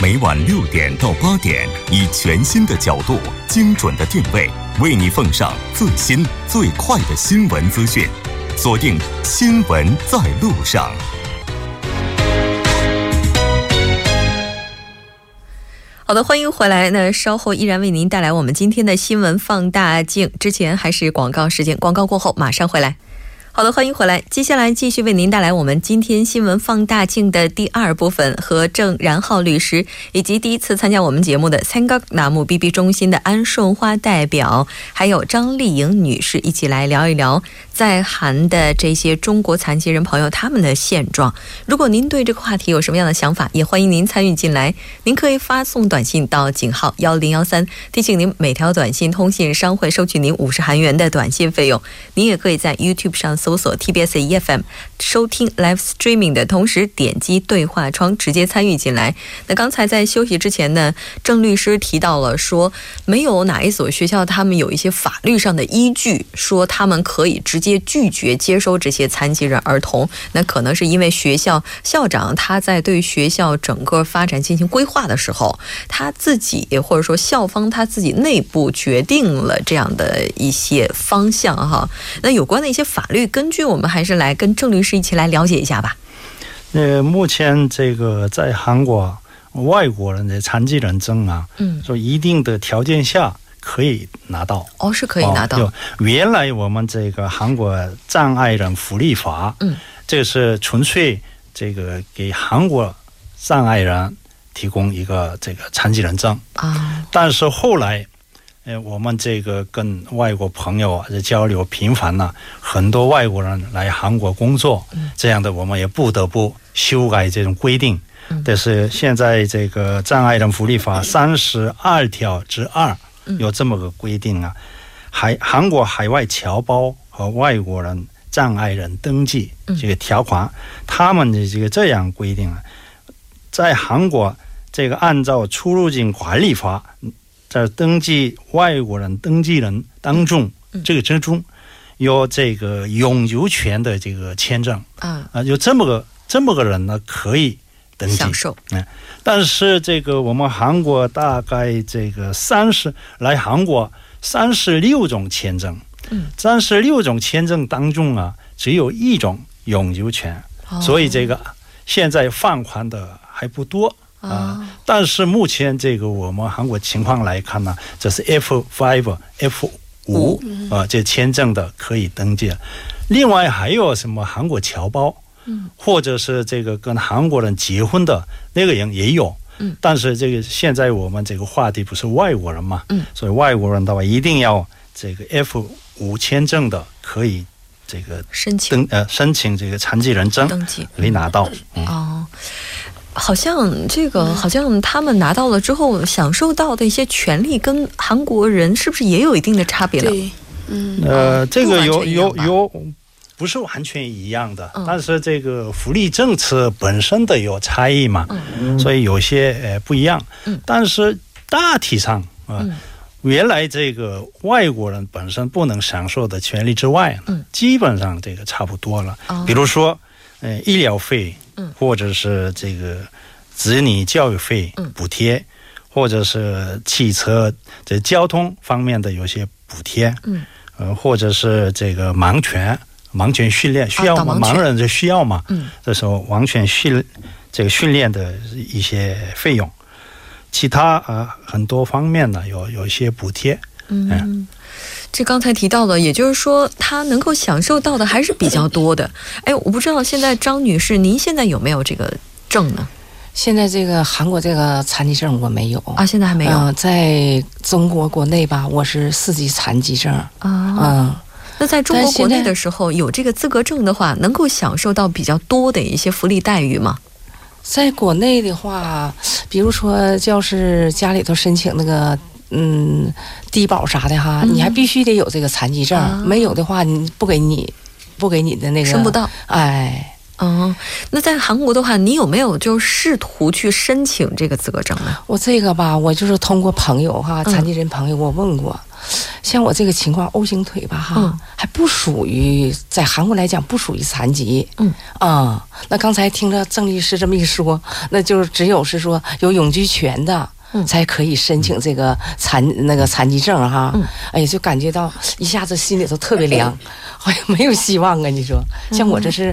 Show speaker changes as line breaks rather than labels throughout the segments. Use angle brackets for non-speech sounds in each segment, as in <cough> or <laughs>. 每晚六点到八点，以全新的角度、精准的定位，为你奉上最新最快的新闻资讯。锁定《新闻在路上》。
好的，欢迎回来。那稍后依然为您带来我们今天的新闻放大镜。之前还是广告时间，广告过后马上回来。好的，欢迎回来。接下来继续为您带来我们今天新闻放大镜的第二部分，和郑然浩律师以及第一次参加我们节目的参加栏目 BB 中心的安顺花代表，还有张丽颖女士一起来聊一聊在韩的这些中国残疾人朋友他们的现状。如果您对这个话题有什么样的想法，也欢迎您参与进来。您可以发送短信到井号幺零幺三，提醒您每条短信通信商会收取您五十韩元的短信费用。您也可以在 YouTube 上搜索 TBS EFM E 收听 Live Streaming 的同时，点击对话窗直接参与进来。那刚才在休息之前呢，郑律师提到了说，没有哪一所学校他们有一些法律上的依据，说他们可以直接拒绝接收这些残疾人儿童。那可能是因为学校校长他在对学校整个发展进行规划的时候，他自己或者说校方他自己内部决定了这样的一些方向哈。那有关的一些法律根据，我们还是来跟郑律师一起来了解一下吧。
呃，目前这个在韩国外国人的残疾人证啊，
嗯，
说一定的条件下可以拿到，
哦，是可以拿到，
哦就原来我们这个韩国障碍人福利法，
嗯，
这个是纯粹这个给韩国障碍人提供一个这个残疾人证，
啊，
但是后来。呃，我们这个跟外国朋友啊这交流频繁了、很多外国人来韩国工作，这样的我们也不得不修改这种规定。但是现在这个《障碍人福利法》三十二条之二有这么个规定啊，海韩国海外侨胞和外国人障碍人登记这个条款，他们的这个这样规定啊，在韩国这个按照出入境管理法，在登记外国人登记人当中，这个之中有这个永久权的这个签证
啊，
啊，有这么个这么个人呢可以登记
享，受，
哎但是这个我们韩国大概这个三十来韩国三十六种签证
嗯，
三十六种签证当中啊，只有一种永久权，
哦
所以这个现在放宽的还不多。啊
啊，
但是目前这个我们韩国情况来看呢，这是 F five、F 五啊，这签证的可以登记。另外还有什么韩国侨胞，或者是这个跟韩国人结婚的那个人也有。
嗯
但是这个现在我们这个话题不是外国人嘛，
嗯
所以外国人的话一定要这个 F 五签证的可以这个
申请
登呃申请这个残疾人证
登记
可以拿到。嗯
哦。好像这个，好像他们拿到了之后，享受到的一些权利跟韩国人是不是也有一定的差别呢？
对，嗯，
呃，这
啊不
个
完
有
全一样
有
吧
有，不是完全一样的，
嗯
但是这个福利政策本身的有差异嘛，所以有些呃不一样。
嗯
但是大体上啊、呃
嗯
原来这个外国人本身不能享受的权利之外呢，
嗯
基本上这个差不多了。
哦
比如说，呃，医疗费，
嗯
或者是这个子女教育费
嗯
补贴。或者是汽车这交通方面的有些补贴，
嗯，
呃，或者是这个盲犬盲犬训练需要
导
吗？
啊盲犬
盲人就需要嘛，
嗯，
这时候盲犬训这个训练的一些费用，其他啊、呃很多方面呢有有一些补贴，哎
嗯，这刚才提到了，也就是说，他能够享受到的还是比较多的。哎，我不知道现在张女士，您现在有没有这个证呢？
现在这个韩国这个残疾证我没有
啊，，现在还没有
嗯、
啊、
在中国国内吧，我是四级残疾证，
啊
嗯，
那在中国
但现
国内
在
的时候，有这个资格证的话，能够享受到比较多的一些福利待遇吗？
在国内的话，比如说要是家里头申请那个。嗯，低保啥的哈，
嗯
你还必须得有这个残疾证，
啊
没有的话，你不给你，不给你的那个
申不。到。
哎，
哦，那在韩国的话，你有没有就试图去申请这个资格证呢？
我这个吧，我就是通过朋友哈，
嗯
残疾人朋友，我问过，像我这个情况，O 型腿吧，哈，
嗯
还不属于在韩国来讲不属于残疾。
嗯
啊、那刚才听了郑律师这么一说，那就是只有是说有永居权的。
嗯
才可以申请这个残那个残疾证哈，
嗯
哎呀，就感觉到一下子心里头特别
<laughs>
凉，好像没有希望啊！你说，像我这是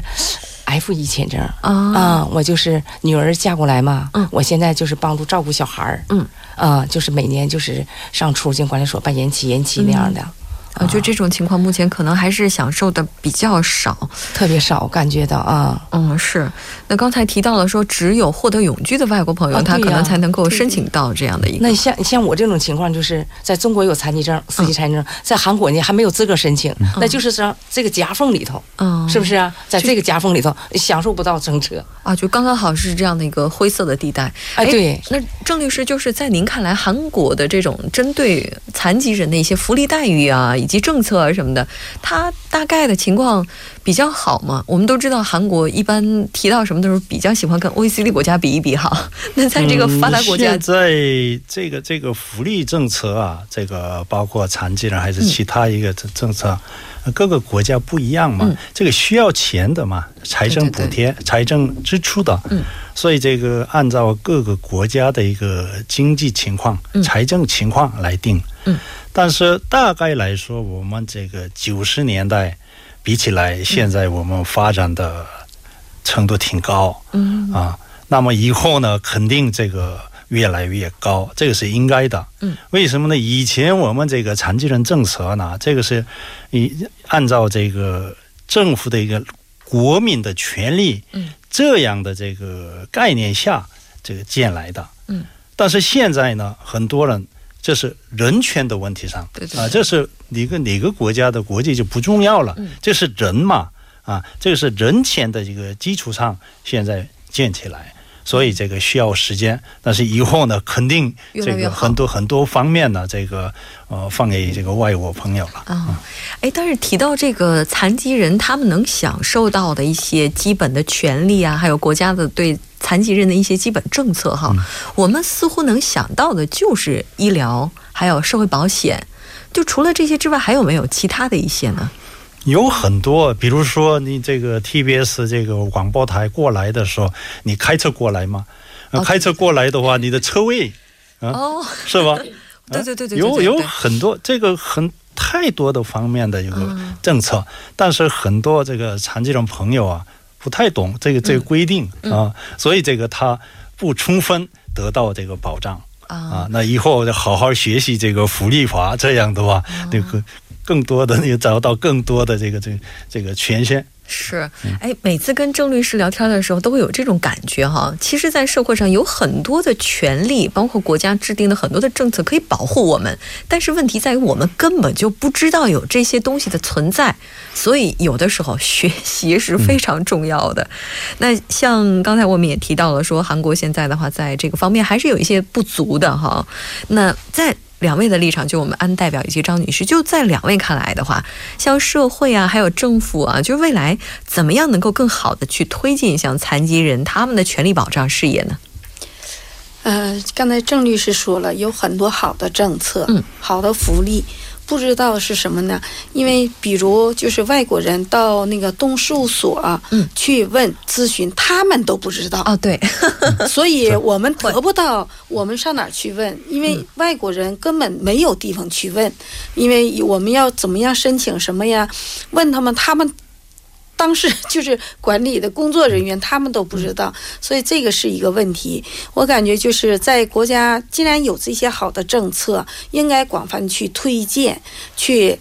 F 一签证，
嗯啊，
啊、我就是女儿嫁过来嘛，
嗯
我现在就是帮助照顾小孩儿，
嗯，
啊、就是每年就是上出入境管理所办延期、延期那样的，
我呃
啊
觉得这种情况目前可能还是享受的比较少。
特别少，感觉到啊，
嗯，是。那刚才提到了说，只有获得永居的外国朋友，
啊
他
对
可能
呀
才能够
对对
申请到这样的一个。
那像像我这种情况，就是在中国有残疾证、四级残疾证，在韩国呢还没有资格申请，那就是说这个夹缝里头，
嗯，
是不是啊？在
就
这个夹缝里头享受不到政策，
啊？就刚刚好是这样的一个灰色的地带。
哎，对。
那郑律师，就是在您看来，韩国的这种针对残疾人的一些福利待遇啊，以及政策啊什么的，它大概的情况比较好吗？我们都知道，韩国一般提到什么的时候，比较喜欢跟 OECD 国家比一比哈。 <laughs> 那在这个发达国家
嗯现，在这个这个福利政策啊，这个包括残疾人还
嗯
是其他一个政政策，啊各个国家不一样嘛、
嗯
这个需要钱的嘛，财政补贴、财政支出的，
嗯
所以这个按照各个国家的一个经济情况、
嗯
财政情况来定。
嗯
但是大概来说，我们这个九十年代比起来，
嗯
现在我们发展的程度挺高。
嗯
啊，那么以后呢，肯定这个越来越高，这个是应该的。
嗯，
为什么呢？以前我们这个残疾人政策呢，这个是以按照这个政府的一个国民的权利，
嗯，
这样的这个概念下这个建来的。
嗯，
但是现在呢，很多人。这是人权的问题上，
对对
啊，这是哪个哪个国家的国际就不重要了，
嗯
这是人嘛，啊，这个是人权的这个基础上，现在建起来，所以这个需要时间。但是以后呢，肯定
越
这
来越
个
好
很多很多方面呢，这个呃放给这个外国朋友了。
啊，哎，但是提到这个残疾人，他们能享受到的一些基本的权利啊，还有国家的对残疾人的一些基本政策哈，我们似乎能想到的就是医疗，还有社会保险。就除了这些之外，还有没有其他的一些呢？
有很多，比如说你这个 TBS 这个广播台过来的时候，你开车过来吗？呃
哦
开车过来的话，你的车位啊
哦，
是吧？
对对对对对
有
对
有
对
很多这个很太多的方面的一个政策，
嗯
但是很多这个残疾人朋友啊不太懂这
嗯
个这个规定、啊，所以这个他不充分得到这个保障
啊
啊。那以后好好学习这个福利法，这样的话，
啊
这个更多的也找到更多的这个这个这个权限。
是，哎，每次跟郑律师聊天的时候，都会有这种感觉哈。其实，在社会上有很多的权利，包括国家制定的很多的政策可以保护我们，但是问题在于我们根本就不知道有这些东西的存在，所以有的时候学习是非常重要的。那像刚才我们也提到了说，韩国现在的话，在这个方面还是有一些不足的哈。那在两位的立场，就我们安代表以及张女士，就在两位看来的话，像社会啊，还有政府啊，就是未来怎么样能够更好的去推进像残疾人他们的权利保障事业呢？
呃，刚才郑律师说了，有很多好的政策，
嗯，
好的福利，不知道是什么呢？因为比如就是外国人到那个动事务所、
嗯
去问咨询，他们都不知道，
哦，对，
所以我们得不到，我们上哪儿去问？因为外国人根本没有地方去问，因为我们要怎么样申请什么呀？问他们，他们当时就是管理的工作人员，他们都不知道，所以这个是一个问题。我感觉就是在国家既然有这些好的政策，应该广泛去推荐，去。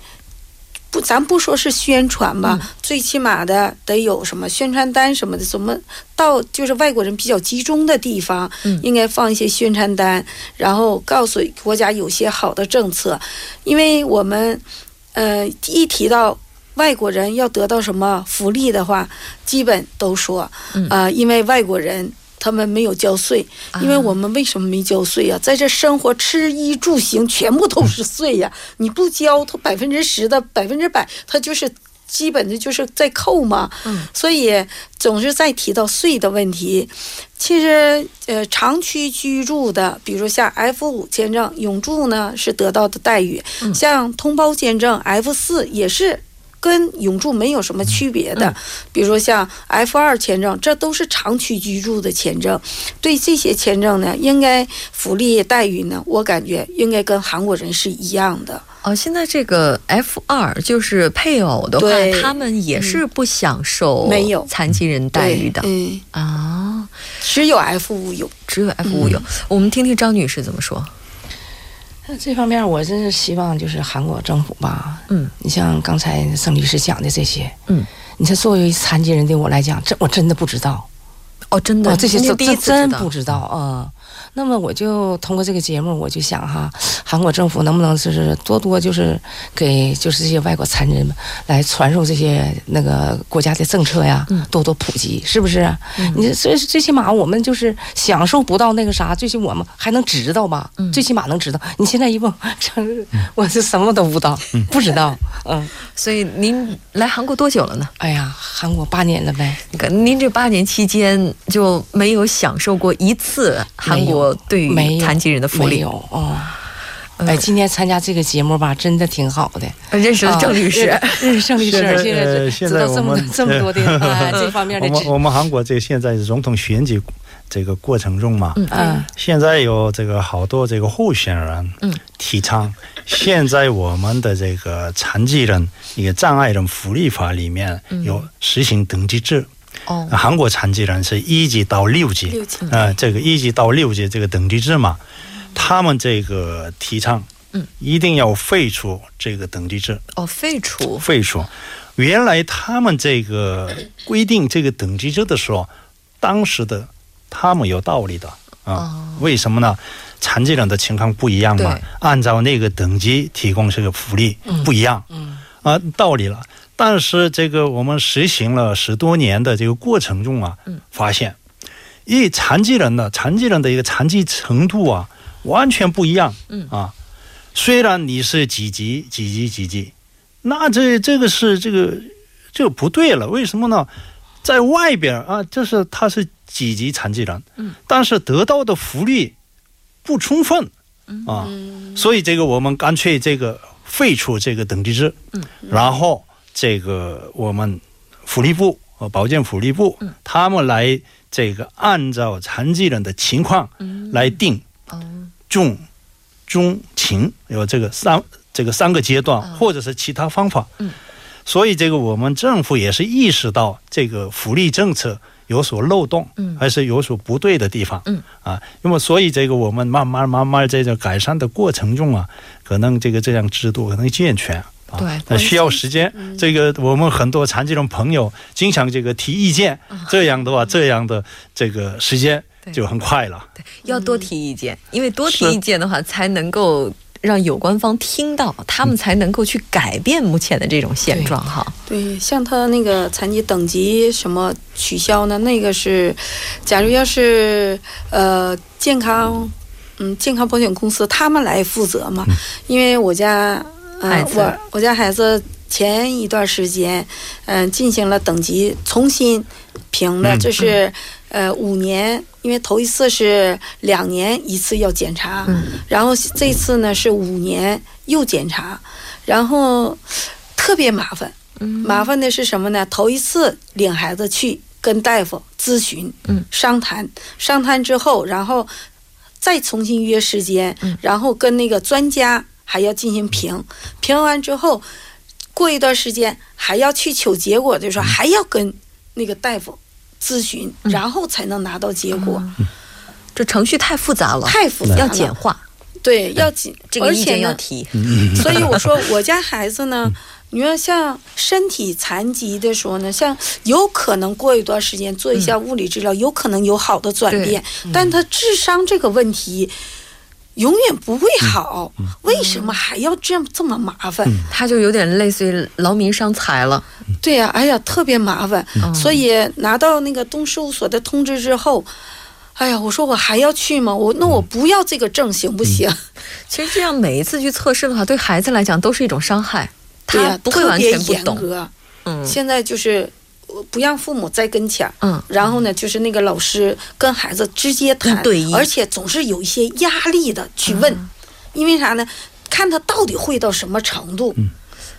不，咱不说是宣传吧，最起码的得有什么宣传单什么的，怎么到就是外国人比较集中的地方，
嗯
应该放一些宣传单，然后告诉国家有些好的政策，因为我们，呃，一提到。外国人要得到什么福利的话，基本都说，
嗯啊
啊，因为外国人他们没有交税，因为我们为什么没交税呀、在这生活、吃衣住
嗯
行全部都是税呀、你不交，它百分之十的百分之百，它就是基本的就是在扣嘛，
嗯
所以总是在提到税的问题。其实，呃，长期居住的，比如像 F 五签证永住呢，是得到的待遇；
嗯
像通胞签证 F 四也是跟永住没有什么区别
嗯
的。比如说像 F 二签证，这都是长期居住的签证。对这些签证呢，应该福利待遇呢，我感觉应该跟韩国人是一样的。
哦，现在这个 F 二就是配偶的话
对，
他们也是不享受
没有
残疾人待遇的
对嗯，
啊，
只有 F 五有。
只有 F 五有。我们听听张女士怎么说。
那这方面，我真是希望就是韩国政府吧，
嗯，
你像刚才盛律师讲的这些，
嗯，
你像作为残疾人的我来讲，这我真的不知道，
哦，真的，
我这些
您
真
第一
真
次知
真
道
不知道啊、嗯那么我就通过这个节目，我就想哈，韩国政府能不能就是多多就是给就是这些外国残疾人们来传授这些那个国家的政策呀，多多普及，是不是？你最最起码我们就是享受不到那个啥，最起码我们还能知道吧？最起码能知道。你现在一问，真是我 <laughs> 是什么都不知道，不知道。嗯，
所以您来韩国多久了呢？
哎呀，韩国八年了呗。
可您这八年期间就没有享受过一次韩国对
没
于
有
残疾人的福
没
利
有，哦。
嗯
哎，今天参加这个节目吧，真的挺好的。
呃认识了郑律师，
啊认识郑律师，
现在
现
呃
在
现
知
在
道
我
这么
们
多这么多的
<laughs>
啊这方面
我
的
们
知，
我们韩国这个现在总统选举这个过程中嘛，
嗯
现在有这个好多这个候选人，
嗯，
提倡现在我们的这个残疾人一个障碍人福利法里面有实行等级制，
哦，
韩国残疾人是一级到六级，
六级
呃，这个一级到六级这个等级制嘛，他们这个提倡，
嗯，
一定要废除这个等级制，
哦，废除，
废除。原来他们这个规定这个等级制的时候，当时的他们有道理的啊、为什么呢？残疾人的情况不一样嘛
对，
按照那个等级提供这个福利不一样，
嗯
啊，道理了。但是这个我们实行了十多年的这个过程中啊，发现，一残疾人的残疾人的一个残疾程度啊，完全不一样。嗯啊，虽然你是几级几级几级，那这这个是这个这个不对了，为什么呢？在外边啊，就是他是几级残疾人，嗯，但是得到的福利不充分，啊，所以这个我们干脆这个废除这个等级制，嗯，然后这个我们福利部和保健福利部，他们来这个按照残疾人的情况来定
哦，
重、中、轻，有这个三这个三个阶段，或者是其他方法。嗯，所以这个我们政府也是意识到这个福利政策有所漏洞，
嗯
还是有所不对的地方，
嗯
啊，那么所以这个我们慢慢慢慢在这改善的过程中啊，可能这个这样制度可能健全。啊
对
那需要时间。这个我们很多残疾人朋友经常这个提意见，这样的话，这样的这个时间
对
就很快了。
要多提意见，因为多提
是
意见的话，才能够让有关方听到，他
嗯
们才能够去改变目前的这种现状哈。
对，像他那个残疾等级什么取消呢？那个是，呃假如要是呃健康，嗯，健康保险公司他们来负责嘛，因为我家呃
孩子
我我家孩子前一段时间，嗯、进行了等级重新评的，
嗯
这是呃五年，因为头一次是两年一次要检查，然后这次呢是五年又检查，然后特别麻烦。麻烦的是什么呢？头一次领孩子去跟大夫咨询，
嗯
商谈，商谈之后，然后再重新约时间，
嗯
然后跟那个专家还要进行评，评完之后，过一段时间还要去求结果，就
嗯
说还要跟那个大夫咨询，然后才能拿到结果，
哦这程序太复杂了，
太复杂了，
要简化，
对，要紧，
这个
而
意
且
见
呢
要，提。
嗯
<laughs> 所以我说，我家孩子呢，你说像身体残疾的时候呢，像有可能过一段时间做一下物理治疗，有可能有好的转变，但他智商这个问题。永远不会好，为什么还要这样这么麻烦？
他就有点类似于劳民伤财了，
对呀、哎呀，特别麻烦。所以拿到那个东事务所的通知之后，哎呀，我说我还要去吗？我那我不要这个证行不行？
其实这样每一次去测试的话，对孩子来讲都是一种伤害，
对呀、
他不会
特
完
别
全不
严
懂。
格。
嗯
现在就是呃不让父母在跟前儿。
嗯
然后呢，就是那个老师跟孩子直接谈
一，对一
而且总是有一些压力的去问，
嗯
因为啥呢？看他到底会到什么程度。
嗯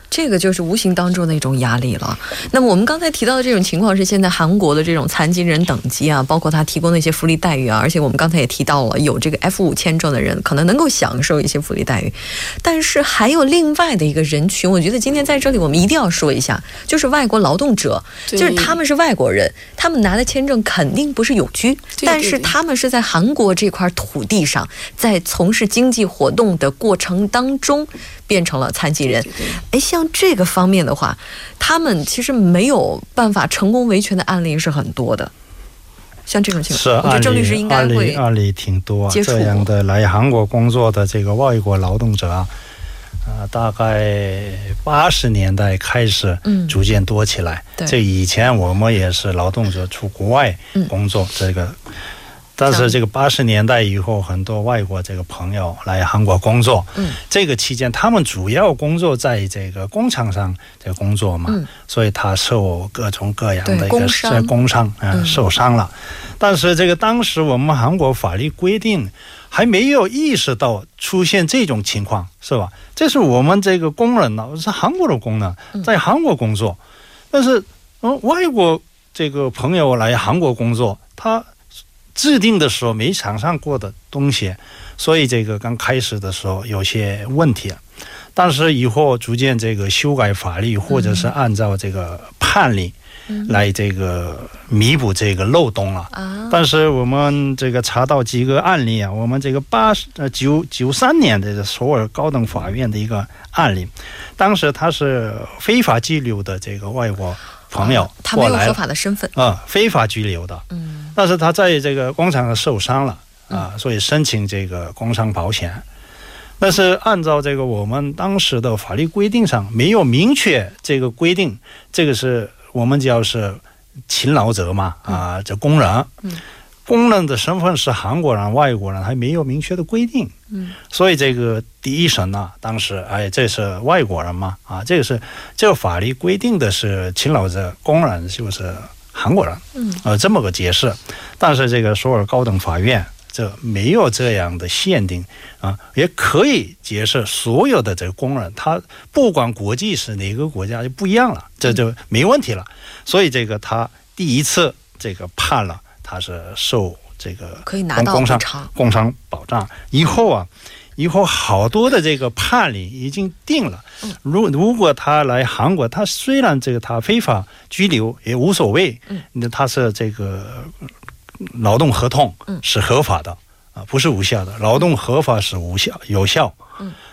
这个就是无形当中的一种压力了。那么我们刚才提到的这种情况是现在韩国的这种残疾人等级啊，包括他提供的一些福利待遇啊，而且我们刚才也提到了，有这个 F 五签证的人可能能够享受一些福利待遇，但是还有另外的一个人群，我觉得今天在这里我们一定要说一下，就是外国劳动者，
对
就是他们是外国人，他们拿的签证肯定不是永居，
对
但是
对对
他们是在韩国这块土地上，在从事经济活动的过程当中变成了残疾人。哎，像这个方面的话，他们其实没有办法成功维权的案例是很多的。像这种情
是
况，我觉
案
得郑律师
例
应该
案例
会
案例挺多、啊，
接触
这样的来韩国工作的这个外国劳动者啊，呃，大概八十年代开始，
嗯
逐渐多起来。
对
这以前我们也是劳动者出国外
嗯
工作，这个，但
像
是这个八十年代以后，很多外国这个朋友来韩国工作，
嗯，
这个期间他们主要工作在这个工厂上的工作嘛，
嗯
所以他受各种各样
对
的一
工
个
伤
在工伤啊、
嗯
受伤了。但是这个当时我们韩国法律规定还没有意识到出现这种情况，是吧？这是我们这个工人呢，是韩国的工人，
嗯
在韩国工作，但是嗯、呃外国这个朋友来韩国工作，他制定的时候没想象过的东西，所以这个刚开始的时候有些问题。啊但是以后逐渐这个修改法律，或者是按照这个判例
嗯
来这个弥补这个漏洞了。
啊，
但是我们这个查到几个案例啊，我们这个八十呃九九三年的首尔高等法院的一个案例，当时他是非法拘留的这个外国朋友
啊他没
过
有
来
合
了，
法的身份，
啊、非法拘留的，
嗯，
但是他在这个工厂受伤了啊，所以申请这个工伤保险。但是按照这个我们当时的法律规定上没有明确这个规定，这个是我们叫是勤劳者嘛啊，这工人，
嗯
工人的身份是韩国人、外国人，还没有明确的规定，
嗯，
所以这个第一审呢、当时哎，这是外国人嘛啊，这个是这个法律规定的是勤劳者、工人就是韩国人，
嗯，
呃，这么个解释，但是这个首尔高等法院这没有这样的限定啊，也可以解释所有的这个工人，他不管国际是哪个国家就不一样了，这就没问题了。所以这个他第一次这个判了，他是受这个
可以拿到
工
补
伤
偿。
工伤保障以后啊，以后好多的这个判例已经定了。
嗯
如如果他来韩国，他虽然这个他非法拘留也无所谓，
嗯
那他是这个劳动合同是合法的啊，不是无效的。劳动合法是无效有效。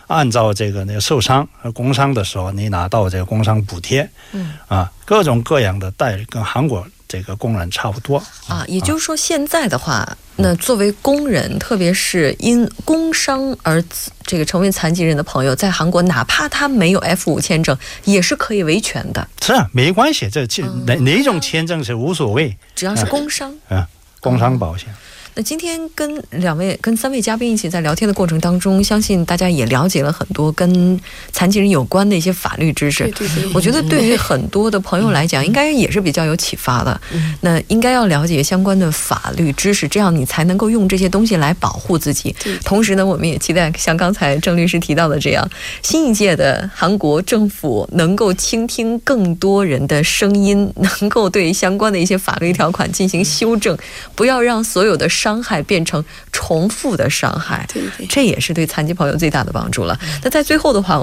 按照这个那个受伤呃工伤的时候，你拿到这个工伤补贴，
嗯
啊，各种各样的待遇跟韩国这个工人差不多
啊，也就是说，现在的话，那作为工人，特别是因工伤而这个成为残疾人的朋友，在韩国，哪怕他没有 F 五签证，也是可以维权的，
是啊，没关系，这这哪哪种签证是无所谓
只要是工伤。
啊，工伤保险。
那今天跟两位、跟三位嘉宾一起在聊天的过程当中，相信大家也了解了很多跟残疾人有关的一些法律知识。
对对对
我觉得对于很多的朋友来
嗯
讲，应该也是比较有启发的。那应该要了解相关的法律知识，这样你才能够用这些东西来保护自己。同时呢，我们也期待像刚才郑律师提到的这样，新一届的韩国政府能够倾听更多人的声音，能够对相关的一些法律条款进行修
嗯
正，不要让所有的伤害变成重复的伤害。
对对。
这也是对残疾朋友最大的帮助了。
嗯
那在最后的话，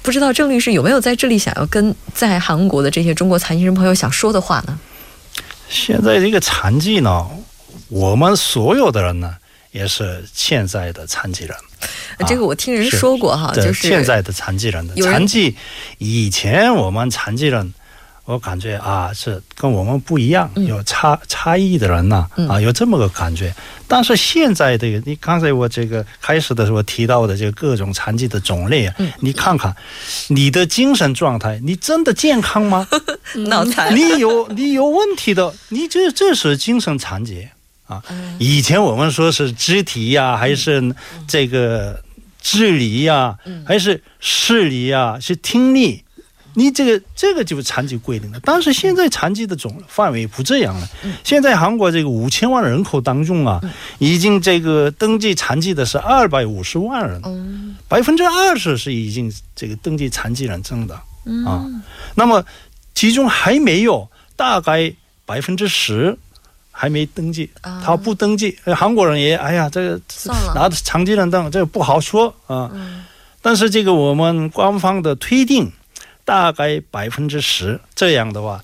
不知道郑律师有没有在这里想要跟在韩国的这些中国残疾人朋友想说的话呢？
现在这个残疾呢，我们所有的人呢，也是现在的残疾人。啊
这个我听人说过哈，
这
就是
现在的残疾人的
有人
残疾，以前我们残疾人，我感觉啊是跟我们不一样，有差差异的人呐、
嗯
啊，有这么个感觉。但是现在的你刚才我这个开始的时候提到的这个各种残疾的种类啊，
嗯
你看看你的精神状态，你真的健康吗？
脑 <laughs> 残，
你有你有问题的，你这这是精神残疾啊！以前我们说是肢体呀、还是这个智力呀、还是视力呀、是听力，你这个这个就是残疾规定了。但是现在残疾的总范围不这样了。现在韩国这个五千万人口当中啊，已经这个登记残疾的是二百五十万人，
嗯
百分之二十是已经这个登记残疾人证的啊。那么其中还没有大概百分之十还没登记，
啊
他不登记，呃韩国人也哎呀，这个
算了嗯
拿着残疾人证这个不好说啊。但是这个我们官方的推定大概百分之十，这样的话，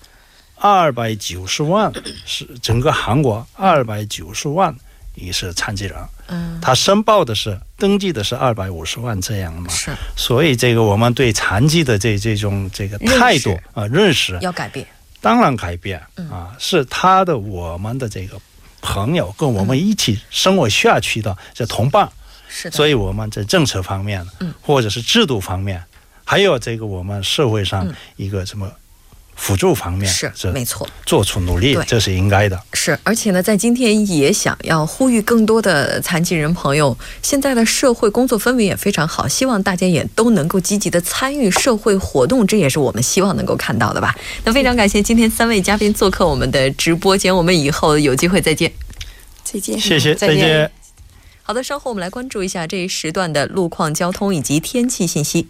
二百九十万是整个韩国二百九十万也是残疾人，
嗯，
他申报的是登记的是二百五十万这样嘛。
是
所以这个我们对残疾的这这种这个态度
认识嗯
啊、认识
要改变。
当然改变啊，是他的我们的这个朋友，跟我们一起生活下去的这同伴，
嗯是的，
所
以
以我们在政策方面
嗯，
或者是制度方面，还有这个我们社会上
嗯
一个什么辅助方面，
是
这
没错。
做出努力
对，
这是应该的。
是，而且呢，在今天也想要呼吁更多的残疾人朋友，现在的社会工作氛围也非常好，希望大家也都能够积极的参与社会活动，这也是我们希望能够看到的吧。那非常感谢今天三位嘉宾做客我们的直播间，我们以后有机会再见。
再见。
谢
嗯
谢，
再见
见
好的，稍后我们来关注一下这一时段的路况、交通以及天气信息。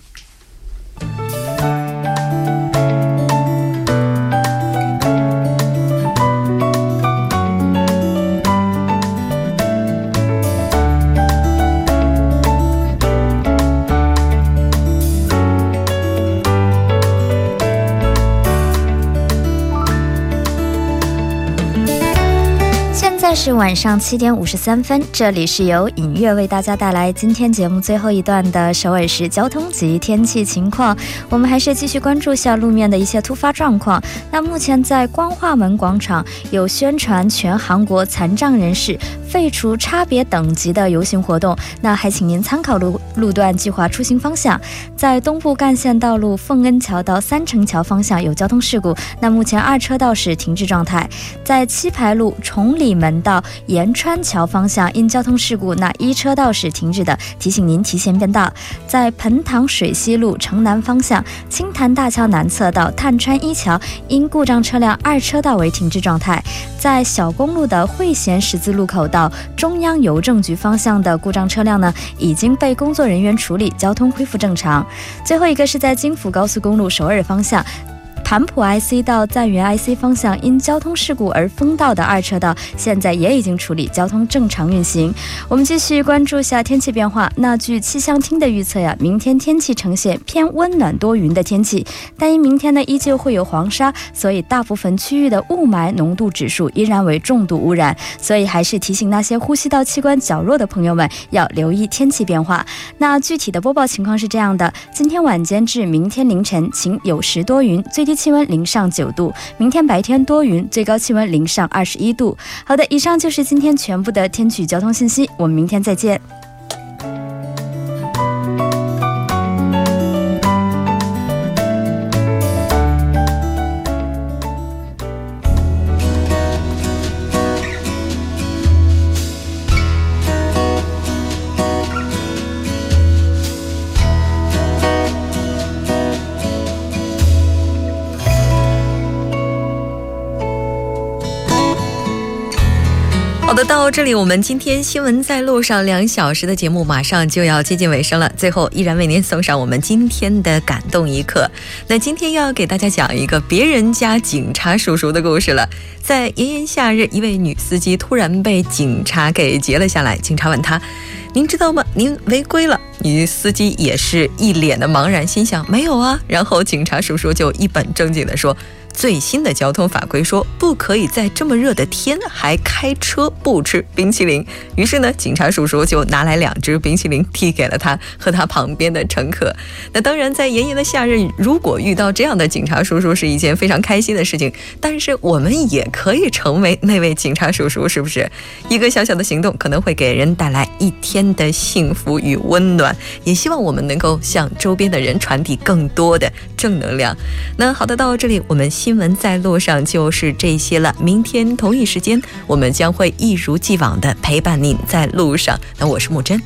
现在是晚上七点五十三分，这里是由尹月为大家带来今天节目最后一段的首尔市交通及天气情况。我们还是继续关注下路面的一些突发状况。那目前在光化门广场有宣传全韩国残障人士废除差别等级的游行活动，那还请您参考路路段计划出行方向。在东部干线道路奉恩桥到三城桥方向有交通事故，那目前二车道是停滞状态。在七牌路崇礼门到延川桥方向，因交通事故，那一车道是停止的，提醒您提前变道。在彭塘水西路城南方向，青潭大桥南侧到探川一桥，因故障车辆二车道为停滞状态。在小公路的汇贤十字路口到中央邮政局方向的故障车辆呢，已经被工作人员处理，交通恢复正常。最后一个是在京釜高速公路首尔方向。盘浦 IC 到赞原 IC 方向因交通事故而封道的二车道，现在也已经处理，交通正常运行。我们继续关注一下天气变化。那据气象厅的预测呀，明天天气呈现偏温暖多云的天气，但因明天呢依旧会有黄沙，所以大部分区域的雾霾浓度指数依然为重度污染。所以还是提醒那些呼吸道器官较弱的朋友们要留意天气变化。那具体的播报情况是这样的：今天晚间至明天凌晨晴，有时多云，最低气温零上九度；明天白天多云，最高气温零上二十一度。好的，以上就是今天全部的天气与交通信息，我们明天再见。
好的，到这里我们今天新闻在路上两小时的节目马上就要接近尾声了。最后，依然为您送上我们今天的感动一刻。那今天要给大家讲一个别人家警察叔叔的故事了。在炎炎夏日，一位女司机突然被警察给截了下来。警察问她：“您知道吗？您违规了。”女司机也是一脸的茫然，心想：“没有啊。”然后警察叔叔就一本正经地说：“最新的交通法规说，不可以在这么热的天还开车不吃冰淇淋。于是呢，警察叔叔就拿来两只冰淇淋递给了他和他旁边的乘客。那当然，在炎炎的夏日，如果遇到这样的警察叔叔，是一件非常开心的事情。但是我们也可以成为那位警察叔叔，是不是？一个小小的行动可能会给人带来一天的幸福与温暖。也希望我们能够向周边的人传递更多的正能量。那好的，到这里我们新闻在路上就是这些了。明天同一时间，我们将会一如既往的陪伴您在路上。那我是木真。